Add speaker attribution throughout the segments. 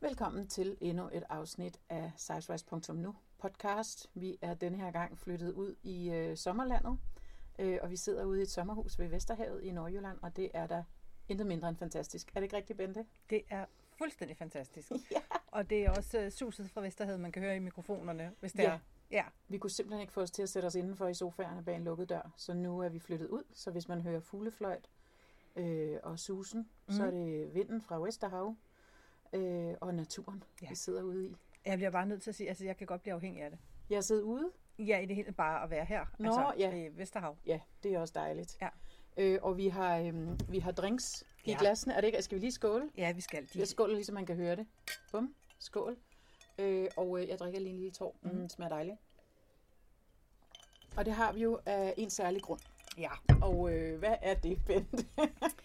Speaker 1: Velkommen til endnu et afsnit af Sizewise.nu podcast. Vi er denne her gang flyttet ud i øh, sommerlandet, øh, og vi sidder ude i et sommerhus ved Vesterhavet i Nordjylland, og det er da intet mindre end fantastisk. Er det ikke rigtigt, Bente?
Speaker 2: Det er fuldstændig fantastisk.
Speaker 1: Ja.
Speaker 2: Og det er også øh, suset fra Vesterhed, man kan høre i mikrofonerne, hvis det
Speaker 1: Ja.
Speaker 2: er. Ja,
Speaker 1: Vi kunne simpelthen ikke få os til at sætte os indenfor i sofaerne bag en lukket dør, så nu er vi flyttet ud, så hvis man hører fuglefløjt øh, og susen, mm. så er
Speaker 2: Mhm.
Speaker 1: det vinden fra Vesterhav øh, og naturen, ja.
Speaker 2: Ja.
Speaker 1: vi sidder ude i.
Speaker 2: jeg bliver bare nødt til at sige, at altså, jeg kan godt blive afhængig af det.
Speaker 1: Jeg sidder ude,
Speaker 2: Ja, i det hele bare at være her.
Speaker 1: Nå,
Speaker 2: altså,
Speaker 1: ja.
Speaker 2: i Vesterhav.
Speaker 1: Ja, det er også dejligt.
Speaker 2: Ja.
Speaker 1: Øh, og vi har, øhm, vi har drinks i ja.
Speaker 2: Ja.
Speaker 1: glassene. Er det ikke? Altså, Skal vi lige skåle?
Speaker 2: Ja, vi skal. De,
Speaker 1: Jeg skåler lige, så man kan høre det. Bum, skål. Øh, og øh, jeg drikker lige en lille tår.
Speaker 2: Mhm.
Speaker 1: Mm. Mm, smager dejligt. Og det har vi jo af en særlig grund.
Speaker 2: ja.
Speaker 1: Og øh, hvad er det, Bente?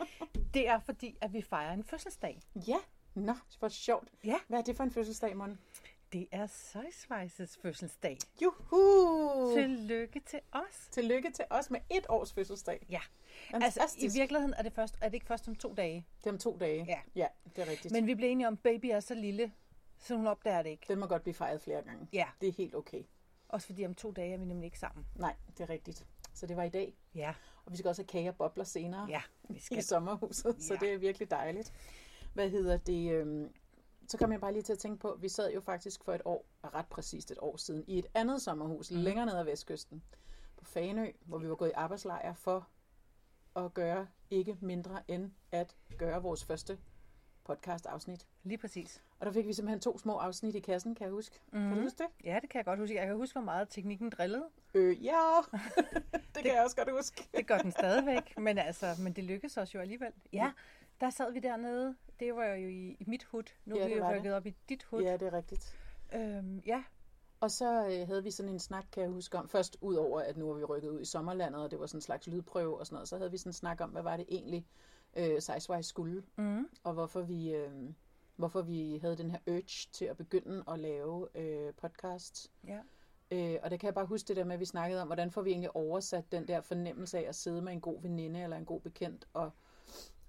Speaker 2: Det er fordi, at vi fejrer en fødselsdag.
Speaker 1: ja, nå, for sjovt.
Speaker 2: Ja.
Speaker 1: Hvad er det for en fødselsdag, Mon?
Speaker 2: Det er Sejsvejses fødselsdag.
Speaker 1: Juhu! Til...
Speaker 2: Tillykke til os.
Speaker 1: Tillykke til os med et års fødselsdag.
Speaker 2: Ja.
Speaker 1: Fantastisk.
Speaker 2: Altså, i
Speaker 1: Altså,
Speaker 2: virkeligheden er det, først, er det ikke først om to dage.
Speaker 1: det er om to dage.
Speaker 2: Ja.
Speaker 1: ja det er rigtigt. Men...
Speaker 2: Men vi blev enige om, at baby er så lille, så hun opdager det ikke.
Speaker 1: Den må godt blive fejret flere gange.
Speaker 2: Ja,
Speaker 1: Det er helt okay.
Speaker 2: også fordi om to dage er vi nemlig ikke sammen.
Speaker 1: Nej, det er rigtigt. Så det var i dag.
Speaker 2: Ja,
Speaker 1: Og vi skal også have kage og bobler senere
Speaker 2: ja, vi
Speaker 1: i
Speaker 2: skal.
Speaker 1: sommerhuset, så
Speaker 2: Ja.
Speaker 1: det er virkelig dejligt. Hvad hedder det? øhm, Så kom jeg bare lige til at tænke på, vi sad jo faktisk for et år, og ret præcist et år siden, i et andet sommerhus mm. længere ned ad vestkysten på Fanø, hvor vi var gået i arbejdslejr for at gøre ikke mindre end at gøre vores første podcast-afsnit.
Speaker 2: Lige præcis.
Speaker 1: Og der fik vi simpelthen to små afsnit i kassen, kan jeg huske. Mm. Kan du huske det?
Speaker 2: Ja, det kan jeg godt huske. Jeg kan huske, hvor meget teknikken drillede.
Speaker 1: Øh, ja! det kan jeg også godt huske.
Speaker 2: Det gør den stadigvæk, men, altså, men det lykkedes os jo alligevel. Ja, der sad vi dernede. Det var jo i, i mit hud. Nu
Speaker 1: Ja,
Speaker 2: er
Speaker 1: det
Speaker 2: vi jo
Speaker 1: var
Speaker 2: rykket op i dit hud.
Speaker 1: Ja, det er rigtigt.
Speaker 2: Øhm, ja.
Speaker 1: Og så øh, havde vi sådan en snak, kan jeg huske om, først ud over, at nu var vi rykket ud i sommerlandet, og det var sådan en slags lydprøve og sådan noget, så havde vi sådan en snak om, hvad var det egentlig, øh, Sizewise skulle,
Speaker 2: Mm.
Speaker 1: og hvorfor vi, øh, hvorfor vi havde den her urge til at begynde at lave øh, podcasts.
Speaker 2: ja.
Speaker 1: Øh, og det kan jeg bare huske det der med, at vi snakkede om, hvordan får vi egentlig oversat den der fornemmelse af at sidde med en god veninde eller en god bekendt og,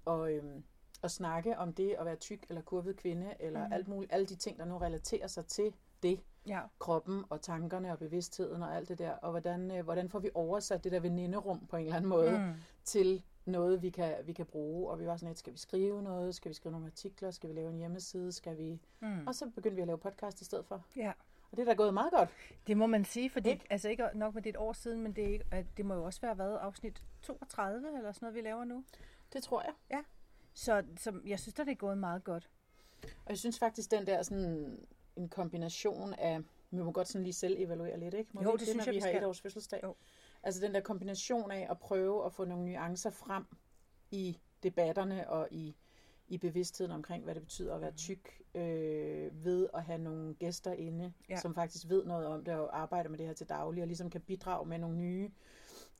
Speaker 1: og, øhm, og snakke om det at være tyk eller kurvet kvinde eller mm. alt muligt, alle de ting, der nu relaterer sig til det
Speaker 2: ja.
Speaker 1: kroppen og tankerne og bevidstheden og alt det der, og hvordan, øh, hvordan får vi oversat det der veninderum på en eller anden måde mm. til noget, vi kan, vi kan bruge. Og vi var sådan lidt, skal vi skrive noget? Skal vi skrive nogle artikler? Skal vi lave en hjemmeside? Skal vi... Mm. Og så begyndte vi at lave podcast i stedet for.
Speaker 2: ja.
Speaker 1: Og det er da gået meget godt.
Speaker 2: Det må man sige, fordi
Speaker 1: Ikke?
Speaker 2: ikke? altså ikke nok med det er et år siden, men det, er ikke, at det må jo også være været afsnit 32 eller sådan noget, vi laver nu.
Speaker 1: Det tror jeg.
Speaker 2: Så, så jeg synes da, det er gået meget godt.
Speaker 1: Og jeg synes faktisk, den der sådan en kombination af, vi må godt sådan lige selv evaluere lidt, ikke? Må
Speaker 2: Jo,
Speaker 1: vi
Speaker 2: det
Speaker 1: når
Speaker 2: synes jeg,
Speaker 1: vi
Speaker 2: vi
Speaker 1: har
Speaker 2: skal.
Speaker 1: et års fødselsdag.
Speaker 2: Jo.
Speaker 1: Altså den der kombination af at prøve at få nogle nuancer frem i debatterne og i, i bevidstheden omkring, hvad det betyder
Speaker 2: Mhm.
Speaker 1: at være tyk, øh, ved at have nogle gæster inde, ja.
Speaker 2: Ja.
Speaker 1: som faktisk ved noget om det og arbejder med det her til daglig, og ligesom kan bidrage med nogle nye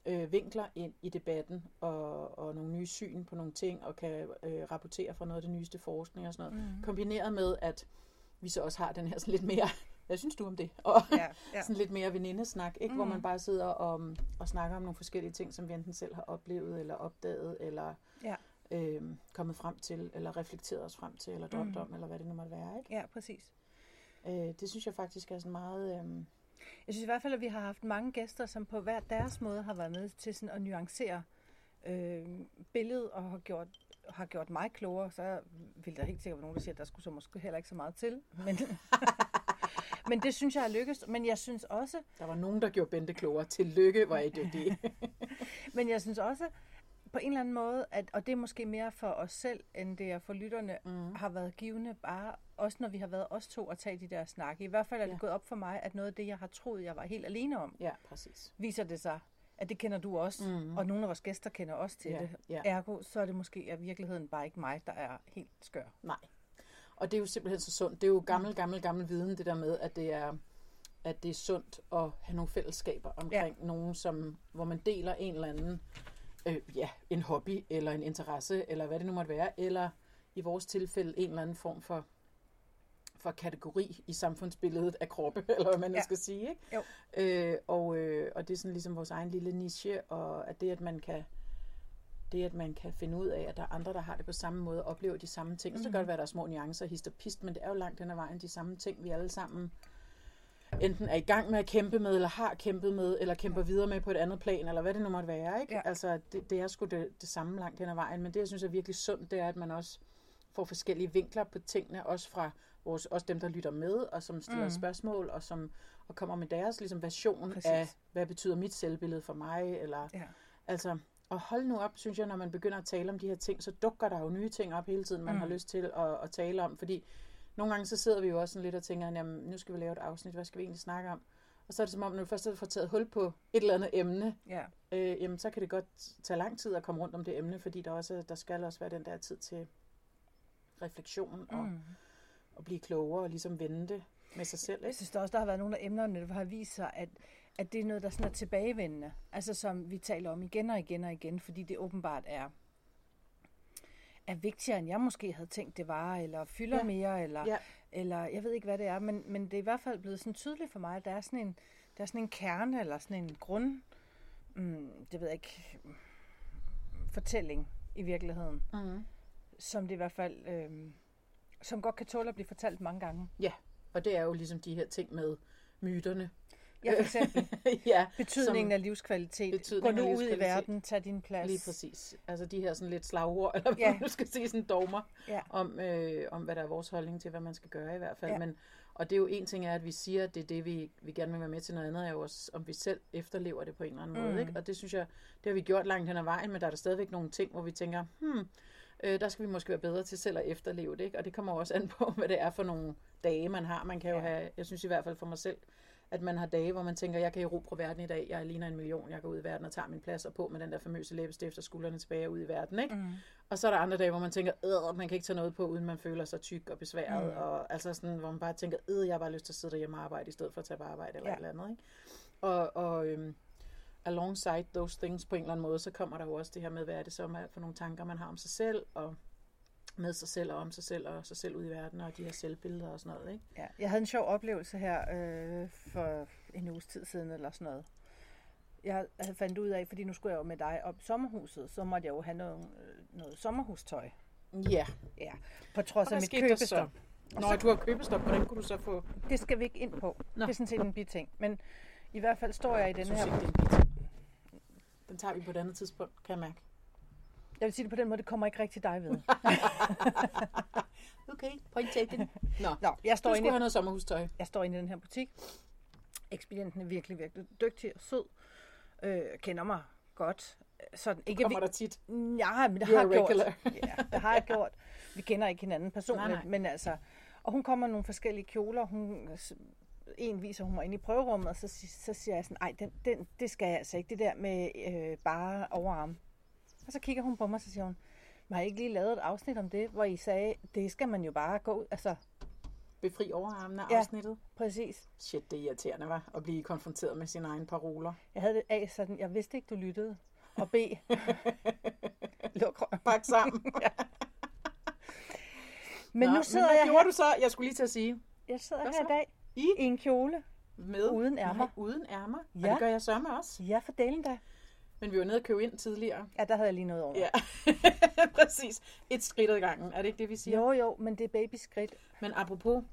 Speaker 1: øh, vinkler ind i debatten og, og nogle nye syn på nogle ting og kan øh, rapportere fra noget af det nyeste forskning og sådan noget.
Speaker 2: Mhm.
Speaker 1: Mm. Kombineret med, at vi så også har den her sådan lidt mere, hvad synes du om det? Og ja,
Speaker 2: Ja, ja. Mhm.
Speaker 1: ja. sådan lidt mere venindesnak, ikke? Mm. hvor man bare sidder og, og snakker om nogle forskellige ting, som vi enten selv har oplevet eller opdaget eller
Speaker 2: ja.
Speaker 1: øh, kommet frem til, eller reflekteret os frem til, eller drømt mm. om, eller hvad det nu måtte være.
Speaker 2: ja præcis.
Speaker 1: Ikke? Øh, det synes jeg faktisk er sådan meget... Øh,
Speaker 2: Jeg synes i hvert fald, at vi har haft mange gæster, som på hver deres måde har været med til sådan at nuancere øh, billedet og har gjort, har gjort mig klogere. Så vil der helt sikkert være nogen, der siger, at der skulle så måske heller ikke så meget til. Men, men det synes jeg er lykkedes. Men jeg synes også,
Speaker 1: der var nogen, der gjorde Bente klogere. Tillykke, hvor er I dygtige.
Speaker 2: men jeg synes også på en eller anden måde, at, og det er måske mere for os selv, end det er for lytterne, mm. har været givende bare, også når vi har været os to og tage de der snakke. I hvert fald er det
Speaker 1: Ja.
Speaker 2: ja. gået op for mig, at noget af det, jeg har troet, jeg var helt alene om,
Speaker 1: ja, præcis.
Speaker 2: viser det sig, at det kender du også, mm. og nogle af vores gæster kender også til
Speaker 1: Mhm. Ja,
Speaker 2: det.
Speaker 1: ja.
Speaker 2: Ergo, så er det måske at virkeligheden bare ikke mig, der er helt skør.
Speaker 1: Nej. Og det er jo simpelthen så sundt. Det er jo gammel, gammel, gammel viden, det der med, at det er, at det er sundt at have nogle fællesskaber omkring ja. nogen, som, hvor man deler en eller anden, øh, ja, en hobby, eller en interesse, eller hvad det nu måtte være, eller i vores tilfælde en eller anden form for, for kategori i samfundsbilledet af kroppe, eller hvad man ja.
Speaker 2: Ja.
Speaker 1: skal sige. Ikke?
Speaker 2: Jo.
Speaker 1: Øh, og, øh, og det er sådan ligesom vores egen lille niche, og at det, at man kan det, at man kan finde ud af, at der er andre, der har det på samme måde, oplever de samme ting. Mm. Så kan det
Speaker 2: Mhm.
Speaker 1: godt være, at der er små nuancer, hist og pist, men det er jo langt hen ad vejen de samme ting, vi alle sammen enten er i gang med at kæmpe med, eller har kæmpet med, eller kæmper videre med på et andet plan, eller hvad det nu måtte være. Ikke?
Speaker 2: Ja.
Speaker 1: Altså, det, det er sgu det, det samme langt hen ad vejen, men det, jeg synes er virkelig sundt, det er, at man også får forskellige vinkler på tingene, også fra vores, også dem, der lytter med, og som stiller mm.
Speaker 2: Mm.
Speaker 1: spørgsmål, og som og kommer med deres ligesom, version Præcis.
Speaker 2: Præcis.
Speaker 1: af, hvad betyder mit selvbillede for mig, eller
Speaker 2: Ja.
Speaker 1: Altså, og hold nu op, synes jeg, når man begynder at tale om de her ting, så dukker der jo nye ting op hele tiden, man mm.
Speaker 2: Mm.
Speaker 1: har lyst til at, at tale om. Fordi nogle gange så sidder vi jo også sådan lidt og tænker, jamen nu skal vi lave et afsnit, hvad skal vi egentlig snakke om? Og så er det som om, når du først har fået taget hul på et eller andet emne,
Speaker 2: ja.
Speaker 1: øh, jamen så kan det godt tage lang tid at komme rundt om det emne, fordi der, også, der skal også være den der tid til refleksion og, mm.
Speaker 2: Mm.
Speaker 1: og blive klogere og ligesom vende det med sig selv.
Speaker 2: Jeg
Speaker 1: Ikke?
Speaker 2: synes der også, der har været nogle af emnerne, der har vist sig, at, at det er noget, der sådan er tilbagevendende. Altså som vi taler om igen og igen og igen, fordi det åbenbart er, er vigtigere, end jeg måske havde tænkt, det var, eller fylder
Speaker 1: Ja.
Speaker 2: ja. mere, eller,
Speaker 1: Ja.
Speaker 2: ja. eller jeg ved ikke, hvad det er, men, men det er i hvert fald blevet sådan tydeligt for mig, at der er sådan en, der er sådan en kerne, eller sådan en grund, mm, det ved jeg ikke, mm, fortælling i virkeligheden,
Speaker 1: Mm.
Speaker 2: som det i hvert fald, øh, som godt kan tåle at blive fortalt mange gange.
Speaker 1: Og det er jo ligesom de her ting med myterne.
Speaker 2: Ja, for eksempel,
Speaker 1: ja,
Speaker 2: Betydningen af livskvalitet.
Speaker 1: Betydningen
Speaker 2: Gå
Speaker 1: af
Speaker 2: nu ud i
Speaker 1: livskvalitet.
Speaker 2: verden, tag din plads.
Speaker 1: Lige præcis. Altså de her sådan lidt slagord, eller hvad
Speaker 2: Ja.
Speaker 1: ja. man nu skal sige, sådan dogmer,
Speaker 2: Ja.
Speaker 1: om, øh, om hvad der er vores holdning til, hvad man skal gøre i hvert fald. Ja.
Speaker 2: Ja.
Speaker 1: Men, og det er jo en ting er, at vi siger, at det er det, vi, vi gerne vil være med til. Noget andet er jo også, om vi selv efterlever det på en eller anden mm. måde.
Speaker 2: Mm.
Speaker 1: Ikke? Og det synes jeg, det har vi gjort langt hen ad vejen, men der er der stadigvæk nogle ting, hvor vi tænker, hmm, øh, der skal vi måske være bedre til selv at efterleve det. Ikke? Og det kommer jo også an på, hvad det er for nogle dage, man har. Man kan jo
Speaker 2: Ja.
Speaker 1: have, jeg synes i hvert fald for mig selv, at man har dage, hvor man tænker, jeg kan erobre verden i dag, jeg ligner en million, jeg går ud i verden og tager min plads og på med den der famøse læbestift og skuldrene tilbage og ud i verden. Ikke?
Speaker 2: Mm.
Speaker 1: Og så er der andre dage, hvor man tænker, "Øh, man kan ikke tage noget på, uden man føler sig tyk og besværet. Mm.
Speaker 2: Mm.
Speaker 1: Og altså sådan, hvor man bare tænker, øh, jeg har bare lyst til at sidde derhjemme og arbejde, i stedet for at tage på arbejde eller ja.
Speaker 2: Ja.
Speaker 1: et eller andet. Ikke? Og, og øhm, alongside those things på en eller anden måde, så kommer der jo også det her med, hvad er det så med- for nogle tanker, man har om sig selv, og med sig selv og om sig selv, og sig selv ud i verden, og de her selvbilleder og sådan noget. Ikke?
Speaker 2: Ja. Jeg havde en sjov oplevelse her øh, for en uges tid siden, eller sådan noget. Jeg havde fandt ud af, fordi nu skulle jeg jo med dig op i sommerhuset, så måtte jeg jo have noget, øh, noget sommerhustøj.
Speaker 1: Ja,
Speaker 2: Ja, på trods
Speaker 1: og
Speaker 2: af
Speaker 1: hvad
Speaker 2: mit
Speaker 1: skete der
Speaker 2: købestop.
Speaker 1: så? Når du har købestop, hvordan kunne du så få...
Speaker 2: Det skal vi ikke ind på.
Speaker 1: Nå.
Speaker 2: Nå. Det er sådan set en biting. Men i hvert fald står jeg i den
Speaker 1: synes
Speaker 2: her...
Speaker 1: ikke, det er en bit. Den tager vi på et andet tidspunkt, kan jeg mærke.
Speaker 2: Jeg vil sige det på den måde, det kommer ikke rigtig dig ved.
Speaker 1: Okay, point taken. Nå,
Speaker 2: Nå, jeg
Speaker 1: du
Speaker 2: står inde
Speaker 1: skulle
Speaker 2: i
Speaker 1: have noget sommerhustøj.
Speaker 2: jeg står inde i den her butik. Ekspedienten er virkelig, virkelig dygtig og sød. Øh, kender mig godt. Sådan, ikke,
Speaker 1: kommer der tit.
Speaker 2: vi, nej, men det
Speaker 1: You're
Speaker 2: har jeg
Speaker 1: a
Speaker 2: gjort.
Speaker 1: regular.
Speaker 2: Ja, det har jeg gjort. Vi kender ikke hinanden personligt,
Speaker 1: Nej,
Speaker 2: nej,
Speaker 1: nej.
Speaker 2: nej. men altså... Og hun kommer med nogle forskellige kjoler. Hun, en viser hun mig inde i prøverummet, og så, si- så siger jeg sådan, nej, den, den, det skal jeg altså ikke, det der med øh, bare overarm. Og så kigger hun på mig, og så siger hun, man har I ikke lige lavet et afsnit om det, hvor I sagde, det skal man jo bare gå ud, altså
Speaker 1: Befri overarmene af ja.
Speaker 2: Ja.
Speaker 1: afsnittet.
Speaker 2: præcis.
Speaker 1: Shit, det er irriterende, var At blive konfronteret med sine egne paroler.
Speaker 2: Jeg havde det A sådan, jeg vidste ikke, du lyttede. Og B, luk røven.
Speaker 1: Pak sammen.
Speaker 2: Men Nå, nu sidder
Speaker 1: men
Speaker 2: jeg,
Speaker 1: hvad
Speaker 2: her,
Speaker 1: gjorde du så? Jeg skulle lige til at sige,
Speaker 2: jeg sidder
Speaker 1: Hvad
Speaker 2: her
Speaker 1: så?
Speaker 2: i dag
Speaker 1: I?
Speaker 2: i en kjole.
Speaker 1: med
Speaker 2: Uden ærmer.
Speaker 1: Nej, uden ærmer. Ja. Og
Speaker 2: Ja.
Speaker 1: det gør jeg sørme også.
Speaker 2: Ja, for delen da.
Speaker 1: Men vi var nede og købe ind tidligere.
Speaker 2: Ja, der havde jeg lige noget over.
Speaker 1: Ja, præcis. Et skridt ad gangen. Er det ikke det, vi siger?
Speaker 2: Jo, jo, men det er babyskridt.
Speaker 1: Men apropos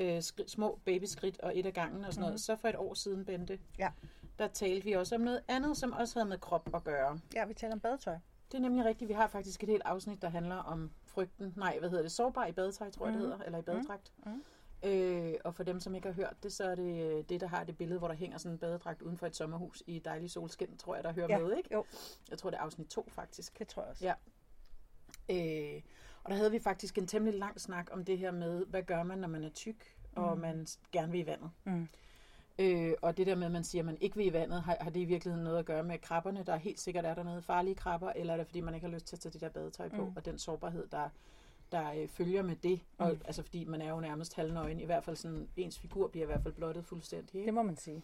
Speaker 1: øh, skri- små babyskridt og et af gangen og sådan mm. noget, så for et år siden, Bente,
Speaker 2: Mhm. Ja.
Speaker 1: der talte vi også om noget andet, som også havde med krop at gøre.
Speaker 2: Ja, vi taler om badetøj.
Speaker 1: Det er nemlig rigtigt. Vi har faktisk et helt afsnit, der handler om frygten. Nej, hvad hedder det? Sårbar i badetøj, tror jeg, mm. det hedder. Eller i badedragt. Mm.
Speaker 2: Mhm.
Speaker 1: Øh, og for dem, som ikke har hørt det, så er det øh, det, der har det billede, hvor der hænger sådan en badedragt uden for et sommerhus i dejlig solskin, tror jeg, der hører
Speaker 2: Ja,
Speaker 1: med, ikke?
Speaker 2: jo.
Speaker 1: Jeg tror, det er afsnit 2, faktisk.
Speaker 2: Det tror jeg også.
Speaker 1: Ja. Øh, og der havde vi faktisk en temmelig lang snak om det her med, hvad gør man, når man er tyk, og man s- gerne vil i vandet.
Speaker 2: Mm.
Speaker 1: Øh, og det der med, at man siger, at man ikke vil i vandet, har, har det i virkeligheden noget at gøre med krabberne, der helt sikkert er dernede farlige krabber, eller er det fordi, man ikke har lyst til at tage det der badetøj på, mm. og den sårbarhed, der, der øh, følger med det. Og, Altså fordi man er jo nærmest halvnøgen, i hvert fald sådan, ens figur bliver i hvert fald blottet fuldstændig. Ikke?
Speaker 2: Det må man sige.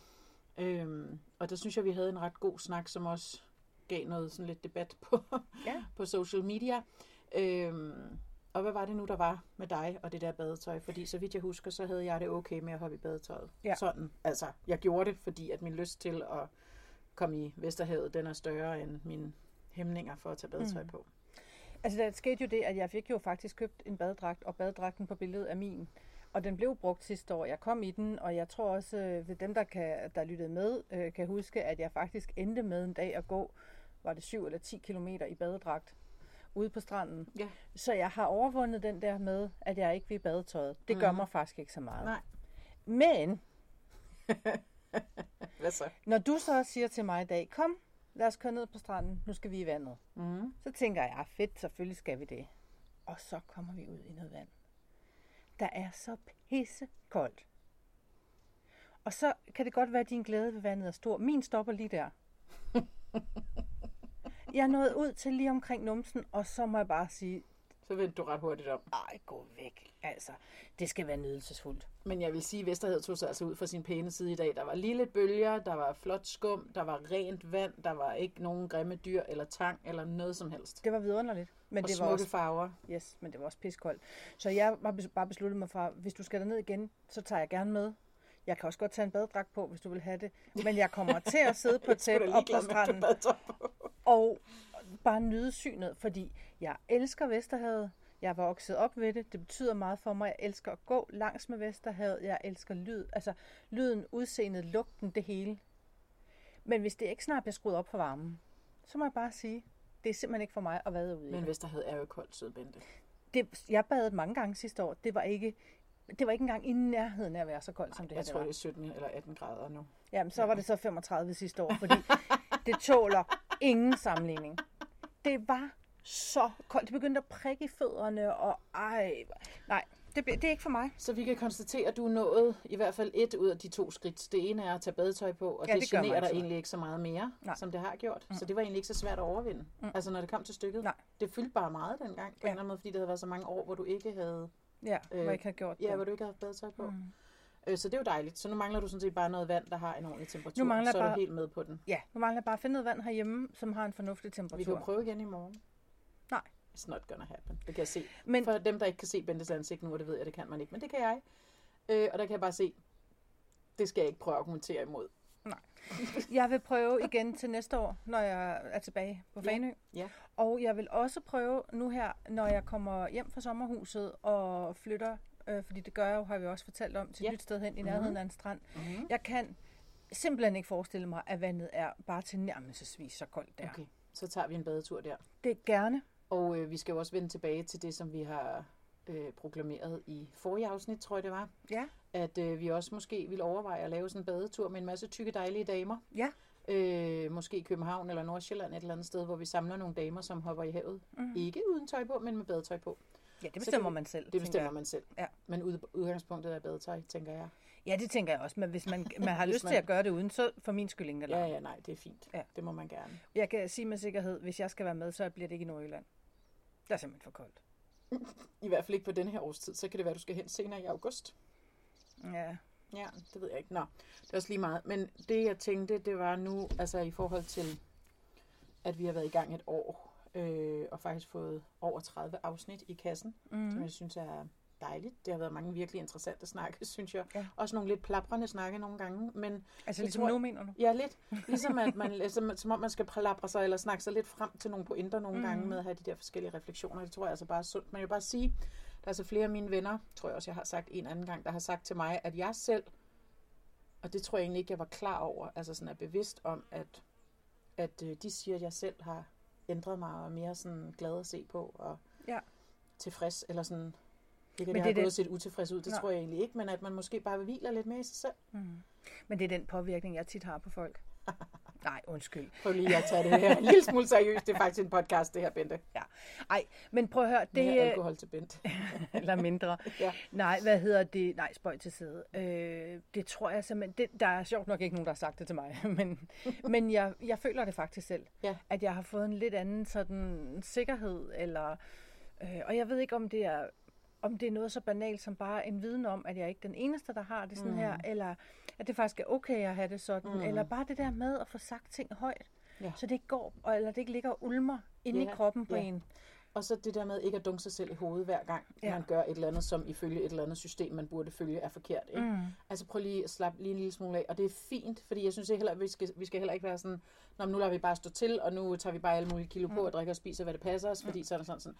Speaker 1: Øhm, og der synes jeg, vi havde en ret god snak, som også gav noget sådan lidt debat på,
Speaker 2: Ja.
Speaker 1: på social media. Øhm, og hvad var det nu, der var med dig og det der badetøj? Fordi så vidt jeg husker, så havde jeg det okay med at hoppe i badetøjet.
Speaker 2: Ja.
Speaker 1: Sådan. Altså, jeg gjorde det, fordi at min lyst til at komme i Vesterhavet, den er større end min hæmninger for at tage badetøj mm. på.
Speaker 2: Altså der skete jo det, at jeg fik jo faktisk købt en badedragt, og badedragten på billedet er min. Og den blev brugt sidste år. Jeg kom i den, og jeg tror også, øh, ved dem, der, kan, der lyttede med, øh, kan huske, at jeg faktisk endte med en dag at gå, var det 7 eller 10 kilometer i badedragt ude på stranden.
Speaker 1: Ja.
Speaker 2: Så jeg har overvundet den der med, at jeg ikke vil i badetøjet. Det mm. gør mig faktisk ikke så meget.
Speaker 1: Nej.
Speaker 2: Men
Speaker 1: Hvad så?
Speaker 2: når du så siger til mig i dag, kom, lad os køre ned på stranden, nu skal vi i vandet.
Speaker 1: Mm.
Speaker 2: Så tænker jeg, "Ah, fedt, selvfølgelig skal vi det. Og så kommer vi ud i noget vand. Der er så pisse koldt. Og så kan det godt være, at din glæde ved vandet er stor. Min stopper lige der. Jeg nåede ud til lige omkring numsen, og så må jeg bare sige,
Speaker 1: Så vendte du ret hurtigt om.
Speaker 2: ej, gå væk. Altså, det skal være nydelsesfuldt.
Speaker 1: Men jeg vil sige, at Vesterhed tog sig altså ud fra sin pæne side i dag. Der var lille bølger, der var flot skum, der var rent vand, der var ikke nogen grimme dyr eller tang eller noget som helst.
Speaker 2: Det var vidunderligt. Men
Speaker 1: Og
Speaker 2: det var
Speaker 1: smukke
Speaker 2: også
Speaker 1: farver.
Speaker 2: Yes, men det var også piskoldt. Så jeg var bes- bare besluttet mig fra, hvis du skal derned igen, så tager jeg gerne med. Jeg kan også godt tage en badedragt på, hvis du vil have det. Men jeg kommer til at sidde på tæt op på stranden og bare nyde synet, fordi jeg elsker Vesterhavet. Jeg var vokset op ved det. Det betyder meget for mig. Jeg elsker at gå langs med Vesterhavet. Jeg elsker lyd. Altså lyden, udseendet, lugten, det hele. Men hvis det ikke snart bliver skruet op for varmen, så må jeg bare sige, det er simpelthen ikke for mig at vade ude i. det.
Speaker 1: Men Vesterhed er jo koldt, søde Bente.
Speaker 2: det, jeg badede mange gange sidste år. Det var ikke, det var ikke engang i nærheden af at være så koldt, som det her
Speaker 1: Jeg tror,
Speaker 2: det
Speaker 1: det
Speaker 2: var.
Speaker 1: er 17 eller 18 grader nu.
Speaker 2: Jamen, så var det så 35 sidste år, fordi det tåler ingen sammenligning. Det var så koldt. Det begyndte at prikke i fødderne, og ej, nej, det, blev- det er ikke for mig.
Speaker 1: Så vi kan konstatere, at du er nået i hvert fald et ud af de to skridt. Det ene er at tage badetøj på, og
Speaker 2: Ja,
Speaker 1: ja,
Speaker 2: det
Speaker 1: det, det
Speaker 2: gør mig
Speaker 1: generer
Speaker 2: ikke
Speaker 1: dig
Speaker 2: så meget.
Speaker 1: egentlig ikke så meget mere,
Speaker 2: Nej.
Speaker 1: Nej. som det har gjort. Mm. Så det var egentlig ikke så svært at overvinde. Mm. Altså når det kom til stykket.
Speaker 2: Nej.
Speaker 1: Det fyldte bare meget dengang, på
Speaker 2: Ja.
Speaker 1: ja. en eller anden måde, fordi det havde været så mange år, hvor du ikke havde,
Speaker 2: Ja, øh,
Speaker 1: Øh,
Speaker 2: hvor jeg ikke har gjort
Speaker 1: ja, hvor
Speaker 2: det.
Speaker 1: du ikke havde badetøj på. Mm. Øh, så det er jo dejligt. Så nu mangler du sådan set bare noget vand, der har en ordentlig temperatur.
Speaker 2: Nu mangler
Speaker 1: så er
Speaker 2: bare-
Speaker 1: du helt med på den.
Speaker 2: Ja, nu mangler jeg bare at finde noget vand herhjemme, som har en fornuftig
Speaker 1: Vi kan jo
Speaker 2: temperatur.
Speaker 1: prøve igen i morgen.
Speaker 2: Nej.
Speaker 1: It's not gonna happen. Det kan jeg se.
Speaker 2: Men,
Speaker 1: Men... For dem, der ikke kan se Bentes ansigt nu, og det ved jeg, det kan man ikke, men det kan jeg. Øh, og der kan jeg bare se, det skal jeg ikke prøve at argumentere imod.
Speaker 2: Jeg vil prøve igen til næste år, når jeg er tilbage på
Speaker 1: Ja,
Speaker 2: Fanø.
Speaker 1: ja.
Speaker 2: Og jeg vil også prøve nu her, når jeg kommer hjem fra sommerhuset og flytter, øh, fordi det gør jeg jo, har vi også fortalt om, til et
Speaker 1: Ja. Mhm.
Speaker 2: nyt sted hen i nærheden af en strand.
Speaker 1: Mm-hmm.
Speaker 2: Jeg kan simpelthen ikke forestille mig, at vandet er bare tilnærmelsesvis så koldt der. Okay.
Speaker 1: Okay, så tager vi en badetur der.
Speaker 2: Det er gerne.
Speaker 1: Og øh, vi skal jo også vende tilbage til det, som vi har øh, proklameret i forrige afsnit, tror jeg det var.
Speaker 2: Ja.
Speaker 1: At øh, vi også måske ville overveje at lave sådan en badetur med en masse tykke, dejlige damer.
Speaker 2: Ja.
Speaker 1: Øh, måske i København eller Nordsjælland et eller andet sted, hvor vi samler nogle damer, som hopper i havet.
Speaker 2: Mhm.
Speaker 1: Ikke uden tøj på, men med badetøj på.
Speaker 2: Ja, det
Speaker 1: kan
Speaker 2: bestemmer
Speaker 1: vi-
Speaker 2: man selv.
Speaker 1: Det
Speaker 2: tænker
Speaker 1: bestemmer
Speaker 2: jeg.
Speaker 1: man selv.
Speaker 2: Ja.
Speaker 1: Men ud, udgangspunktet er badetøj, tænker jeg.
Speaker 2: Ja, det tænker jeg også, men hvis man, man har
Speaker 1: Hvis
Speaker 2: lyst til
Speaker 1: man-
Speaker 2: at gøre det uden, så for min skyld ingen
Speaker 1: Ja,
Speaker 2: ja.
Speaker 1: ja, nej, det er fint.
Speaker 2: Ja.
Speaker 1: Det må man gerne.
Speaker 2: Jeg kan sige med sikkerhed, hvis jeg skal være med, så bliver det ikke i Nordjylland. Der er simpelthen for koldt.
Speaker 1: I hvert fald ikke på denne her årstid. Så kan det være, du skal hen senere i august.
Speaker 2: Ja.
Speaker 1: Ja, det ved jeg ikke. Nå, det er også lige meget. Men det, jeg tænkte, det var nu, altså i forhold til, at vi har været i gang et år, øh, og faktisk fået over 30 afsnit i kassen, mm. som
Speaker 2: Mm.
Speaker 1: jeg synes er dejligt. Det har været mange virkelig interessante snakke, synes jeg.
Speaker 2: Ja.
Speaker 1: Også nogle lidt plaprende snakke nogle gange, men
Speaker 2: Altså
Speaker 1: det
Speaker 2: ligesom
Speaker 1: tror jeg-
Speaker 2: nu, mener du?
Speaker 1: ja, lidt ligesom, at man, som, som om man skal plapre sig eller snakke sig lidt frem til nogle pointer nogle mm. gange
Speaker 2: Mhm.
Speaker 1: med at have de der forskellige refleksioner. Det tror jeg altså bare er sundt. Men jeg vil bare sige, der er så flere af mine venner, tror jeg også, jeg har sagt en anden gang, der har sagt til mig, at jeg selv, og det tror jeg egentlig ikke, jeg var klar over, altså sådan er bevidst om, at, at øh, de siger, at jeg selv har ændret mig og er mere sådan glad at se på og
Speaker 2: Ja.
Speaker 1: tilfreds, eller sådan, ikke
Speaker 2: Men
Speaker 1: at jeg
Speaker 2: det er
Speaker 1: har gået
Speaker 2: det-
Speaker 1: og set utilfreds ud, det
Speaker 2: Nej.
Speaker 1: tror jeg egentlig ikke, men at man måske bare hviler lidt mere i sig selv.
Speaker 2: Mm. Men det er den påvirkning, jeg tit har på folk. Nej, undskyld.
Speaker 1: Prøv lige at tage det her en lille smule seriøst. Det er faktisk en podcast, det her, Bente.
Speaker 2: Ej, men prøv at høre,
Speaker 1: Det er
Speaker 2: det øh,
Speaker 1: alkohol til Bente.
Speaker 2: eller mindre.
Speaker 1: Ja.
Speaker 2: Nej, hvad hedder det? Nej, spøj til side. Øh, det tror jeg simpelthen, det, der er sjovt nok ikke nogen, der har sagt det til mig, men, men jeg, jeg føler det faktisk selv,
Speaker 1: Ja.
Speaker 2: at jeg har fået en lidt anden sådan sikkerhed, eller, øh, og jeg ved ikke, om det er om det er noget så banalt som bare en viden om, at jeg ikke er den eneste, der har det sådan mm. her, eller at det faktisk er okay at have det sådan, mm. eller bare det der med at få sagt ting højt,
Speaker 1: Ja.
Speaker 2: så det ikke går, og- eller det ikke ligger og ulmer inde
Speaker 1: Ja,
Speaker 2: i kroppen på
Speaker 1: ja.
Speaker 2: en.
Speaker 1: Og så det der med ikke at dunke sig selv i hovedet hver gang,
Speaker 2: Ja.
Speaker 1: ja. man gør et eller andet, som ifølge et eller andet system, man burde følge, er forkert. Ikke?
Speaker 2: Mm.
Speaker 1: Altså prøv lige at slappe lige en lille smule af, og det er fint, fordi jeg synes heller, vi skal, vi skal heller ikke være sådan, Nå, men nu lader vi bare stå til, og nu tager vi bare alle mulige
Speaker 2: Mm.
Speaker 1: kilo på og drikker og spiser, hvad det passer os, fordi sådan og sådan. sådan.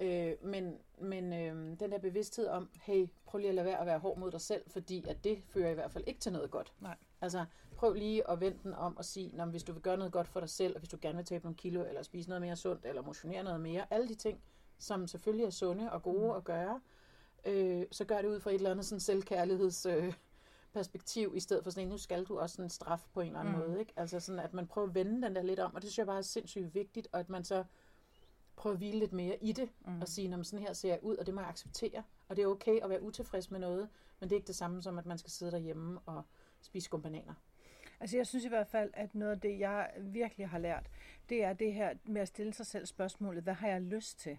Speaker 1: Øh, men men øh, den der bevidsthed om, hey, prøv lige at lade være at være hård mod dig selv, fordi at det fører i hvert fald ikke til noget godt.
Speaker 2: Nej.
Speaker 1: Altså prøv lige at vende den om og sige, Nå, men hvis du vil gøre noget godt for dig selv, og hvis du gerne vil tabe nogle kilo, eller spise noget mere sundt, eller motionere noget mere, alle de ting, som selvfølgelig er sunde og gode at gøre, øh, så gør det ud fra et eller andet sådan selvkærligheds... Øh, perspektiv, i stedet for sådan en, nu skal du også sådan straf på en eller anden
Speaker 2: Mm.
Speaker 1: mm. måde. Ikke? Altså sådan, at man prøver at vende den der lidt om, og det synes jeg bare er sindssygt vigtigt, og at man så prøver at hvile lidt mere i det,
Speaker 2: Mm.
Speaker 1: mm. og sige, "Nå, men sådan her ser jeg ud, og det må jeg acceptere, og det er okay at være utilfreds med noget, men det er ikke det samme som, at man skal sidde derhjemme og spise skumbananer.
Speaker 2: Altså jeg synes i hvert fald, at noget af det, jeg virkelig har lært, det er det her med at stille sig selv spørgsmålet, hvad har jeg lyst til?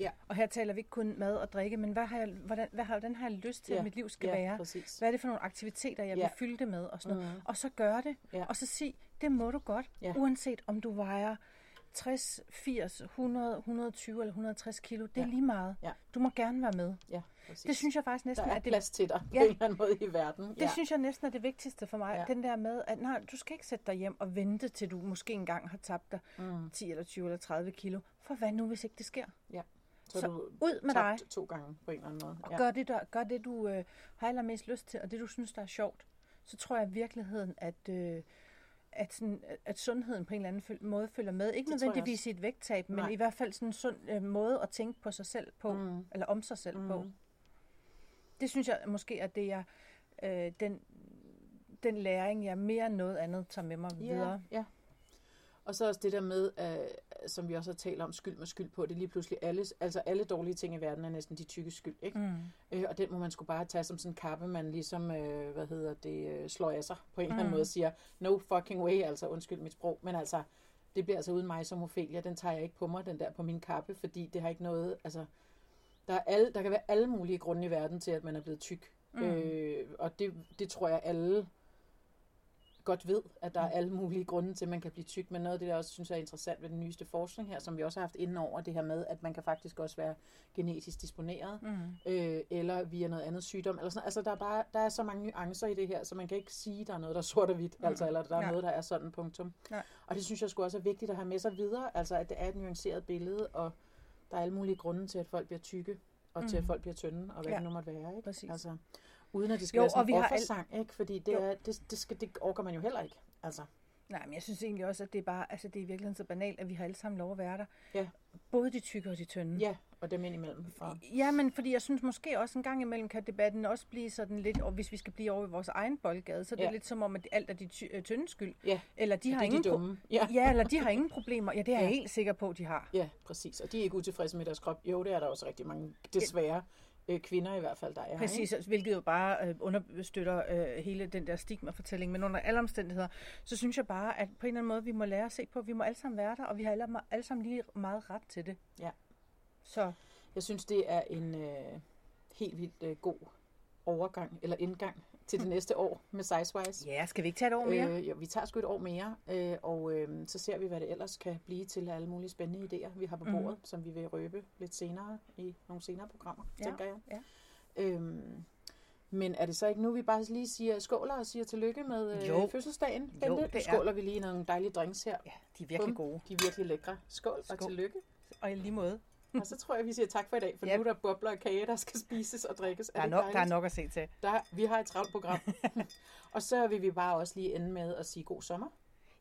Speaker 1: Ja.
Speaker 2: Og her taler vi ikke kun mad og drikke, men hvad har jeg, hvordan, hvad har, hvordan har jeg lyst til, at
Speaker 1: Ja,
Speaker 2: mit liv skal være?
Speaker 1: præcis.
Speaker 2: Hvad er det for nogle aktiviteter, jeg ja.
Speaker 1: Ja.
Speaker 2: vil fylde det med? Og, sådan noget.
Speaker 1: Mhm.
Speaker 2: og så gør det.
Speaker 1: Ja.
Speaker 2: Og så sig, det må du godt,
Speaker 1: Ja.
Speaker 2: uanset om du vejer 60, 80, 100, 120 eller 160 kilo. Det er
Speaker 1: Ja.
Speaker 2: lige meget.
Speaker 1: Ja.
Speaker 2: Du må gerne være med.
Speaker 1: Ja, præcis.
Speaker 2: Det synes jeg faktisk
Speaker 1: der
Speaker 2: næsten
Speaker 1: er
Speaker 2: er det
Speaker 1: plads til dig ja.
Speaker 2: Ja.
Speaker 1: på en eller anden måde i verden.
Speaker 2: det ja. synes jeg næsten er det vigtigste for mig. Ja.
Speaker 1: Ja.
Speaker 2: Den der med, at nej, du skal ikke sætte dig hjem og vente, til du måske engang har tabt dig mm. 10 eller 20 eller 30 kilo. For hvad nu, hvis ikke det sker?
Speaker 1: ja.
Speaker 2: Så
Speaker 1: er du
Speaker 2: ud med dig.
Speaker 1: tabt to gange på en eller anden måde.
Speaker 2: Og ja. gør, det, der, gør det, du øh, har allermest lyst til, og det, du synes, der er sjovt. Så tror jeg i virkeligheden, at, øh, at, sådan, at sundheden på en eller anden føl- måde følger med. Ikke
Speaker 1: Det tror jeg
Speaker 2: nødvendigvis i et vægttab, men
Speaker 1: Nej.
Speaker 2: i hvert fald sådan en sund øh, måde at tænke på sig selv på, mm.
Speaker 1: Mm.
Speaker 2: eller om sig selv mm. på. Det synes jeg måske er det, jeg, øh, den, den læring, jeg mere end noget andet tager med mig
Speaker 1: Ja,
Speaker 2: videre.
Speaker 1: Ja. Og så også det der med, øh, som vi også har talt om, skyld med skyld på, det er lige pludselig alles, altså alle dårlige ting i verden er næsten de tykke skyld, ikke?
Speaker 2: Mm.
Speaker 1: Øh, og den må man skulle bare tage som sådan en kappe, man ligesom, øh, hvad hedder det, øh, slår af sig på en eller anden måde og siger, no fucking way, altså undskyld mit sprog, men altså, det bliver altså uden mig som Ophelia, den tager jeg ikke på mig, den der på min kappe, fordi det har ikke noget, altså, der, er alle, der kan være alle mulige grunde i verden til, at man er blevet tyk.
Speaker 2: Mm.
Speaker 1: Mm. Øh, og det, det tror jeg alle godt ved, at der er alle mulige grunde til, at man kan blive tyk. Men noget af det, jeg også synes er interessant ved den nyeste forskning her, som vi også har haft inde over, det her med, at man kan faktisk også være genetisk disponeret,
Speaker 2: Mm.
Speaker 1: øh, eller via noget andet sygdom. Eller sådan. Altså, der er, bare, der er så mange nuancer i det her, så man kan ikke sige, at der er noget, der er sort og hvidt, mm. altså, eller at der er
Speaker 2: Nej.
Speaker 1: noget, der er sådan, punktum.
Speaker 2: Nej.
Speaker 1: Og det synes jeg sgu også er vigtigt at have med sig videre, altså at det er et nuanceret billede, og der er alle mulige grunde til, at folk bliver tykke, og til, at
Speaker 2: Mhm.
Speaker 1: folk bliver tynde, og hvad
Speaker 2: Ja.
Speaker 1: ja. det nu måtte være. Ikke?
Speaker 2: Præcis.
Speaker 1: Altså, uden at det skal
Speaker 2: Jo,
Speaker 1: jo, være sådan
Speaker 2: og vi
Speaker 1: en
Speaker 2: har al-
Speaker 1: offersang, ikke? fordi det,
Speaker 2: Jo.
Speaker 1: er, det, det, skal, det orker man jo heller ikke. Altså,
Speaker 2: Nej, men jeg synes egentlig også, at det er, bare, altså, det er i virkeligheden så banalt, at vi har alle sammen lov at være der.
Speaker 1: Ja.
Speaker 2: Både de tykke og de tynde.
Speaker 1: ja, og dem indimellem. Og,
Speaker 2: Ja, men fordi jeg synes måske også en gang imellem kan debatten også blive sådan lidt, og hvis vi skal blive over i vores egen boldgade, så er det
Speaker 1: Ja.
Speaker 2: lidt som om, at alt er de ty- øh, tynde skyld.
Speaker 1: ja,
Speaker 2: Eller de har
Speaker 1: de
Speaker 2: ingen
Speaker 1: er
Speaker 2: pro-
Speaker 1: dumme. Ja.
Speaker 2: Ja, eller de har ingen problemer. Ja, det er jeg
Speaker 1: Ja.
Speaker 2: helt sikker på, de har.
Speaker 1: Ja, præcis. Og de er ikke utilfredse med deres krop. Jo, det er der også rigtig mange, desværre, øh, kvinder i hvert fald, der er.
Speaker 2: Præcis,
Speaker 1: Ikke?
Speaker 2: altså, hvilket jo bare øh, understøtter øh, hele den der stigma-fortælling, men under alle omstændigheder, så synes jeg bare, at på en eller anden måde, vi må lære at se på, at vi må alle sammen være der, og vi har alle, alle sammen lige meget ret til det.
Speaker 1: Ja.
Speaker 2: Så
Speaker 1: Jeg synes, det er en øh, helt vildt øh, god overgang, eller indgang, til det
Speaker 2: Mm.
Speaker 1: næste år med Sizewise.
Speaker 2: ja, skal vi ikke tage et år mere?
Speaker 1: Øh, jo, vi tager sgu et år mere, øh, og øh, så ser vi, hvad det ellers kan blive til af alle mulige spændende idéer, vi har på
Speaker 2: Mhm.
Speaker 1: bordet, mm. som vi vil røbe lidt senere i nogle senere programmer,
Speaker 2: Ja,
Speaker 1: ja. tænker jeg.
Speaker 2: ja.
Speaker 1: Øhm, men er det så ikke nu, vi bare lige siger skåler og siger tillykke med øh,
Speaker 2: Jo.
Speaker 1: fødselsdagen?
Speaker 2: Jo,
Speaker 1: Bente?
Speaker 2: det er-
Speaker 1: skåler vi lige i nogle dejlige drinks her.
Speaker 2: Ja, de er virkelig
Speaker 1: Bum.
Speaker 2: gode.
Speaker 1: De er virkelig lækre. Skål, Skål. og
Speaker 2: Skål.
Speaker 1: tillykke.
Speaker 2: Og i lige måde,
Speaker 1: Og så tror jeg, vi siger tak for i dag, for
Speaker 2: Ja.
Speaker 1: yep. nu er der bobler og kage, der skal spises og drikkes.
Speaker 2: der er,
Speaker 1: det
Speaker 2: nok, der er
Speaker 1: dejligt?
Speaker 2: nok at se til.
Speaker 1: Der, vi har et travlt program. og så vil vi bare også lige ende med at sige god sommer.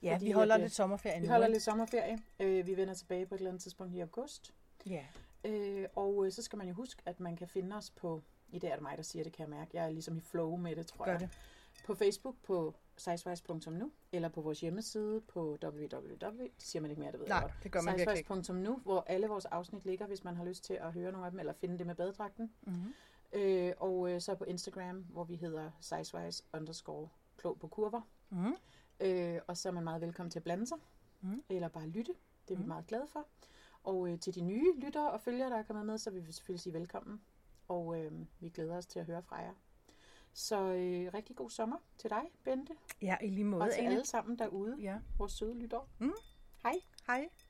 Speaker 2: Ja,
Speaker 1: Fordi
Speaker 2: vi holder
Speaker 1: at, øh,
Speaker 2: lidt sommerferie
Speaker 1: Vi
Speaker 2: nu.
Speaker 1: holder
Speaker 2: ikke?
Speaker 1: lidt sommerferie. Øh, vi vender tilbage på et eller andet tidspunkt i august.
Speaker 2: Ja.
Speaker 1: Øh, og øh, så skal man jo huske, at man kan finde os på... I dag er det mig, der siger det, kan jeg mærke. Jeg er ligesom i flow med det, tror
Speaker 2: Gør
Speaker 1: jeg.
Speaker 2: det.
Speaker 1: På Facebook på sizewise.nu, eller på vores hjemmeside på www. Det siger man ikke mere, det ved jeg
Speaker 2: Nej,
Speaker 1: godt.
Speaker 2: det gør man virkelig ikke.
Speaker 1: Sizewise.nu, hvor alle vores afsnit ligger, hvis man har lyst til at høre nogle af dem, eller finde det med badedragten.
Speaker 2: Mm-hmm.
Speaker 1: Øh, og øh, så på Instagram, hvor vi hedder sizewise underscore klog på kurver.
Speaker 2: Mm-hmm.
Speaker 1: Øh, og så er man meget velkommen til at blande sig,
Speaker 2: Mm.
Speaker 1: mm. eller bare lytte. Det er vi
Speaker 2: Mm.
Speaker 1: mm. meget glade for. Og øh, til de nye lyttere og følgere, der er kommet med, så vil vi selvfølgelig sige velkommen. Og øh, vi glæder os til at høre fra jer. Så øh, rigtig god sommer til dig, Bente,
Speaker 2: Ja, i lige måde.
Speaker 1: og til
Speaker 2: Ane.
Speaker 1: alle sammen derude,
Speaker 2: Ja.
Speaker 1: vores søde lyttere.
Speaker 2: Mm.
Speaker 1: Hej.
Speaker 2: Hej.